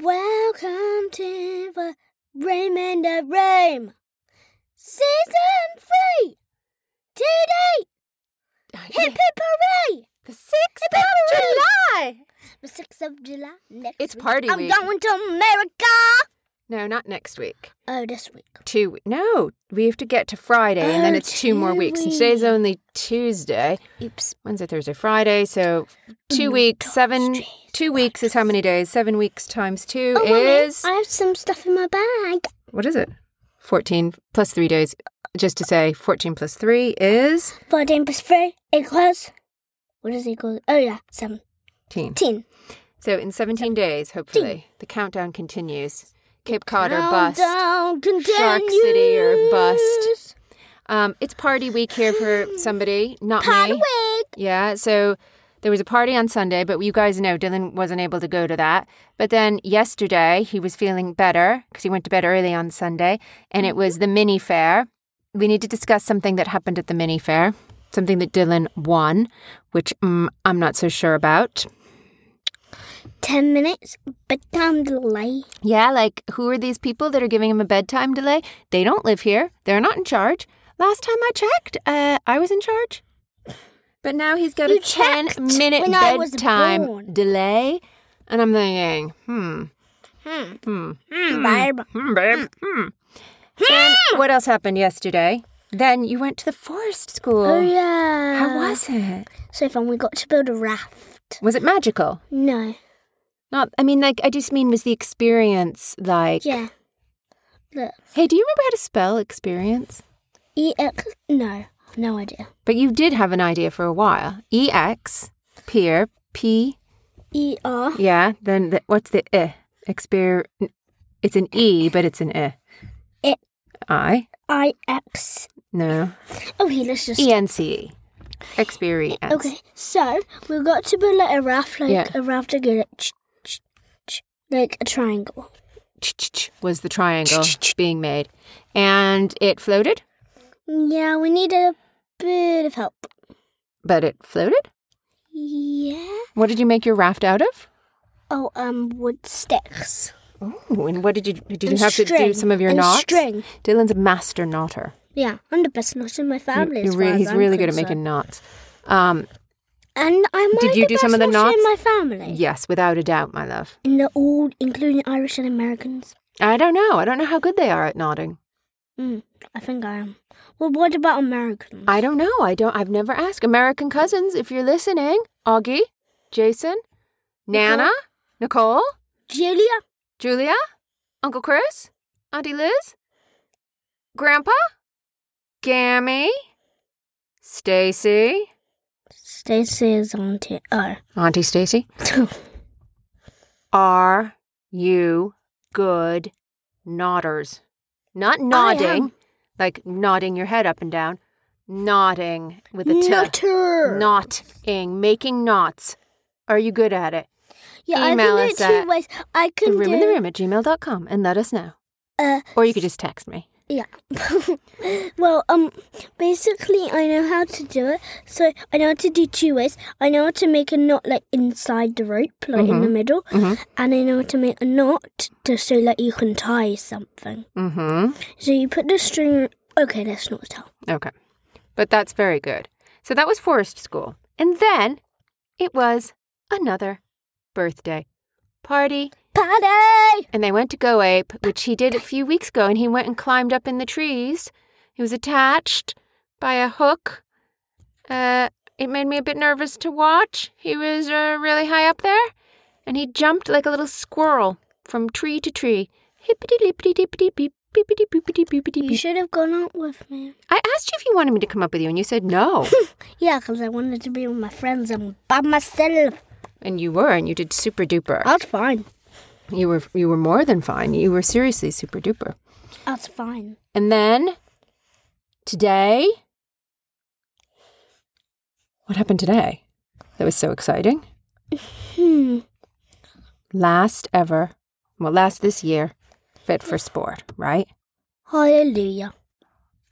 Welcome to the Raymond and the Rain Season 3 Today Hip Hip Hooray The 6th of July! The 6th of July next It's week, party I'm week. going to America No, not next week. Oh this week Two. we- No, we have to get to Friday, and then Oh, it's two more two weeks. And today's weeks. only Tuesday, Oops Wednesday, Thursday, Friday. So two No, weeks, seven. Tuesdays, Two weeks is how many days? Seven weeks times two Oh, wait, is I have some stuff in my bag what is it? Fourteen plus three days. Just to say, fourteen plus three is 14 plus 3 equals What is it equals? Oh yeah, 17 teen. So in seventeen days, hopefully, the countdown continues. Cape Cod or bust. Countdown Shark City or bust. continues. Um, it's party week here for somebody, not Pod me. week Yeah, so there was a party on Sunday, but you guys know Dylan wasn't able to go to that. But then yesterday he was feeling better because he went to bed early on Sunday, and it was the mini fair. We need to discuss something that happened at the mini fair, something that Dylan won, which mm, I'm not so sure about. 10 minutes bedtime delay. Yeah, like who are these people that are giving him a bedtime delay? They don't live here. They're not in charge. Last time I checked, uh, I was in charge. But now he's got You a 10 checked minute when I was born. bedtime delay. And I'm thinking, hmm, Barb. hmm, babe, hmm. Then what else happened yesterday? Then you went to the forest school. Oh, yeah. How was it? So fun. We got to build a raft. Was it magical? No. Not, I mean, like, I just mean, was the experience like, Yeah. Look. hey, do you remember how to spell experience? EX. No. No idea. But you did have an idea for a while. EX, peer, P, ER. yeah, then the, what's the I? Exper, it's an E, but it's an I. I. I? IX. No. E Okay, let's just. E-N-C-E. Experience. Oh, Okay. So we got to build like a raft, like Yeah. a raft to go like, ch- ch- ch- like a triangle. Ch-ch-ch Was the triangle being made. And it floated, Yeah, we need a bit of help. but it floated? Yeah. What did you make your raft out of? Oh, um, wood sticks. Ooh, and what did you, did you And have to do string. some of your And knots? string. Dylan's a master knotter. Yeah, I'm the best nurse in my family. You're as re- far as he's I'm really good at concerned. making knots. Um, And I'm Did like you the do some best of the nurse in my knots? family. Yes, without a doubt, my love. In the all, including Irish and Americans. I don't know. I don't know how good they are at nodding. Mm, I think I am. Well, what about Americans? I don't know. I don't. I've never asked American cousins. If you're listening, Augie, Jason, Nana, Nicole, Julia, Julia, Uncle Chris, Auntie Liz, Grandpa, Gammy, Stacy, Stacy is auntie. Oh, Auntie Stacy. Are you good nodders? Not nodding, like nodding your head up and down. Nodding with a tilt. nutter. knotting, making knots. Are you good at it? yeah, email I can us do it at two ways. I The can room do. in the room at gmail.com and let us know. Uh, Or you could just text me. yeah. well, um, basically, I know how to do it. So I know how to do two ways. I know how to make a knot like inside the rope, like in the middle, and I know how to make a knot to so that you can tie something. Mm So you put the string. Okay, let's not tell. hmm. Okay. But that's very good. So that was forest school. And then it was another birthday party. Paddy! And they went to Go Ape, which he did a few weeks ago. And he went and climbed up in the trees. He was attached by a hook. Uh, it made me a bit nervous to watch. He was uh, really high up there. And he jumped like a little squirrel from tree to tree. Hippity lippity dippity beep. Beepity boopity boopity You beep. should have gone out with me. I asked you if you wanted me to come up with you, and you said no. Yeah, 'cause I wanted to be with my friends and by myself. and you were, and you did super duper. I was fine. You were, you were more than fine. You were seriously super duper. I was fine. And then today, what happened today? That was so exciting. Hmm. Last ever, well, last this year, Fit for Sport, right? Hallelujah.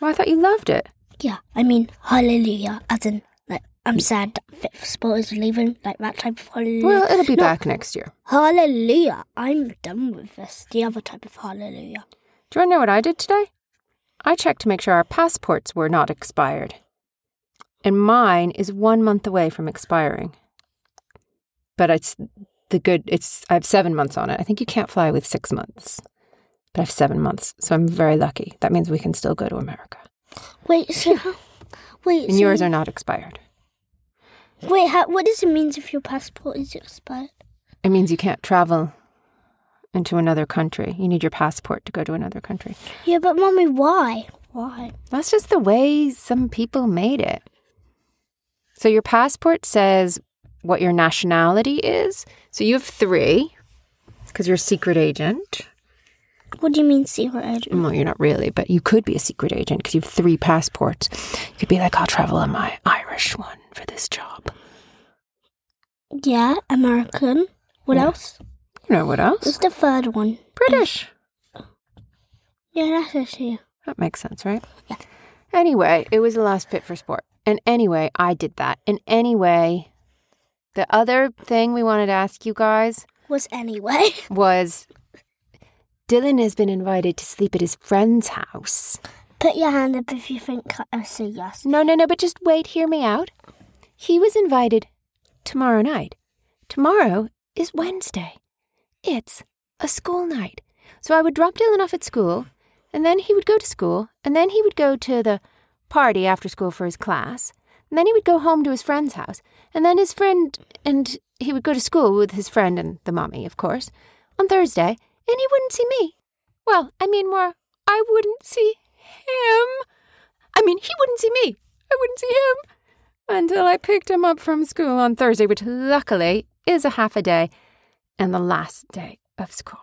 Well, I thought you loved it. Yeah, I mean hallelujah, as in like I'm sad that fifth spot is leaving, like that type of hallelujah. Well, it'll be Mm, No. back next year. hallelujah. I'm done with this. The other type of hallelujah. Do you want to know what I did today? I checked to make sure our passports were not expired. And mine is one month away from expiring. But it's the good, it's, I have seven months on it. I think you can't fly with six months, but I have seven months. So I'm very lucky. That means we can still go to America. Wait, so how? Wait, And so yours are not expired. Wait, how, what does it mean if your passport is expired? It means you can't travel into another country. You need your passport to go to another country. Yeah, but mommy, why? Why? That's just the way some people made it. So your passport says what your nationality is. So you have three because you're a secret agent. What do you mean secret agent? Well, you're not really, but you could be a secret agent because you have three passports. You could be like, I'll travel on my Irish one for this job. Yeah, American. What else? You know what What's else? the third one? British. Yeah, that's actually. That makes sense, right? Yeah. Anyway, it was the last fit for sport. And anyway, I did that. And anyway, the other thing we wanted to ask you guys Was anyway. was Dylan has been invited to sleep at his friend's house. Put your hand up if you think I say yes. No, no, no, but just wait, hear me out. He was invited tomorrow night. Tomorrow is Wednesday. It's a school night. So I would drop Dylan off at school, and then he would go to school, and then he would go to the party after school for his class, and then he would go home to his friend's house, and then his friend and he would go to school with his friend and the mummy, of course, on Thursday, and he wouldn't see me. Well, I mean, more, I wouldn't see him. I mean, he wouldn't see me. I wouldn't see him until I picked him up from school on Thursday, which luckily is a half a day and the last day of school.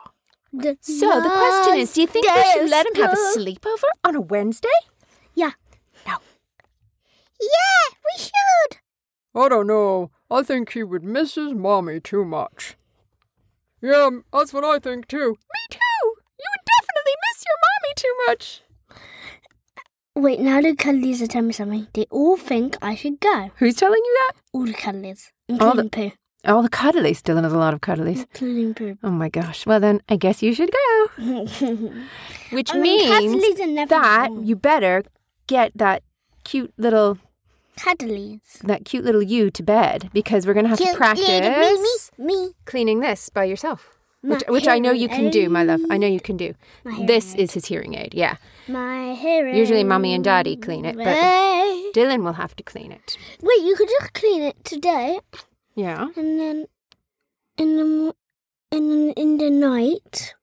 So the question is do you think we should let him have a sleepover on a Wednesday? Yeah. No. Yeah, we should. I don't know. I think he would miss his mommy too much. Yeah, that's what I think too. Me too. You would definitely miss your mommy too much. Wait, now the cuddlies are telling me something. They all think I should go. Who's telling you that? All the cuddlies, All including the- Pooh. Oh, the cuddlies. Dylan has a lot of cuddlies. Including Pooh. Oh my gosh. Well, then I guess you should go. Which I mean, means cuddlies are never that wrong. you better get that cute little cuddlies. that cute little you to bed because we're going to have to practice me, me. cleaning this by yourself. My Which, which I know you can do, my love. I know you can do. My This is his hearing aid, yeah. My hair. Usually mummy and daddy clean it, but Wait. Dylan will have to clean it. Wait, you could just clean it today, Yeah. and then in the mo- and then in the night,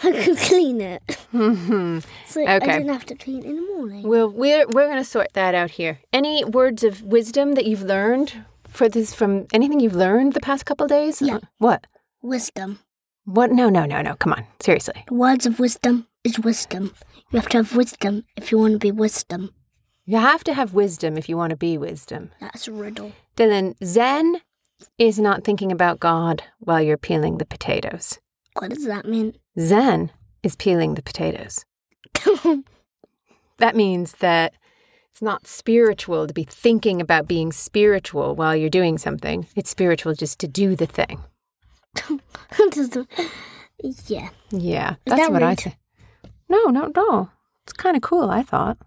I could clean it. so I Okay. didn't have to clean it in the morning. Well, we're we're going to sort that out here. Any words of wisdom that you've learned for this from anything you've learned the past couple days? Yeah. What? Wisdom. What? No, no, no, no. Come on. Seriously. The words of wisdom is wisdom. You have to have wisdom if you want to be wisdom. You have to have wisdom if you want to be wisdom. That's a riddle. Dylan, Zen is not thinking about God while you're peeling the potatoes. What does that mean? Zen is peeling the potatoes. That means that it's not spiritual to be thinking about being spiritual while you're doing something. It's spiritual just to do the thing. Doesn't- yeah. Yeah, Is that's that what I rude? say. No, not at all. It's kind of cool, I thought.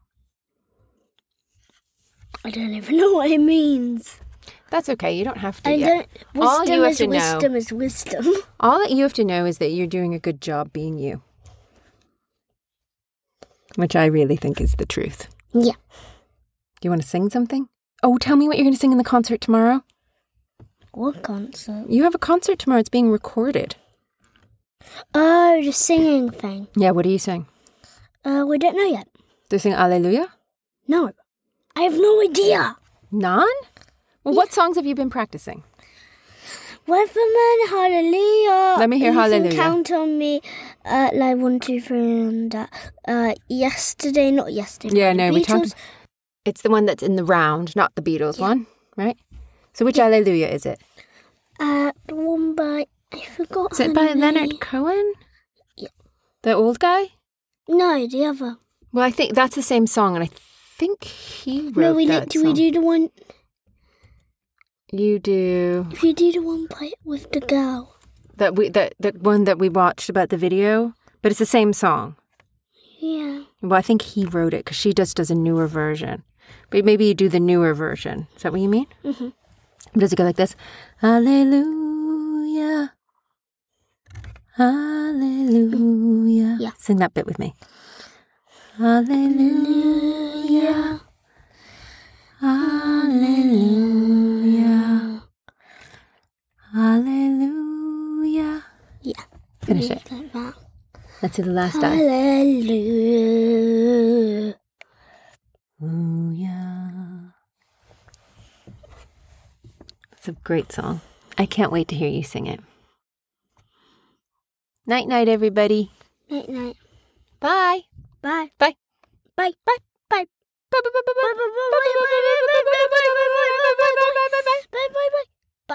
I don't even know what it means. That's okay. You don't have to. I yet. don't. All Wisdom you have is to know- wisdom is wisdom. All that you have to know is that you're doing a good job being you, which I really think is the truth. yeah. Do you want to sing something? Oh, tell me what you're going to sing in the concert tomorrow. What concert? You have a concert tomorrow. It's being recorded. Oh, the singing thing. Yeah, what are you saying? Uh, we don't know yet. Do you sing Alleluia? No, I have no idea. None? Well, what songs have you been practicing? Weatherman, hallelujah. Let me hear you hallelujah. Can count on me. Uh, like one, two, three, and that. Uh, yesterday, not yesterday. Yeah, the no, we talked. Beatles. It's the one that's in the round, not the Beatles one, right? So which Alleluia is it? Uh, the one by I forgot. Is it her by name. Leonard Cohen? Yeah. The old guy? No, the other. Well, I think that's the same song, and I think he wrote no, we that do we song. do the one? You do If you do the one part with the girl, that we that that one that we watched about the video, but it's the same song. yeah. Well, I think he wrote it because she just does a newer version. But maybe you do the newer version. Is that what you mean? Mm-hmm. Does it go like this? Hallelujah. Hallelujah. Yeah. Sing that bit with me. Hallelujah. Yeah. Hallelujah. Hallelujah. Yeah. Finish it. Like that. That's the last time. Hallelujah. Hallelujah. It's a great song. I can't wait to hear you sing it. Night night, everybody. Night, night. Bye. Bye. Bye. Bye. Bye. Bye. Bye bye bye bye bye bye bye bye bye bye bye bye bye bye bye bye bye bye bye Bye. Bye. Bye.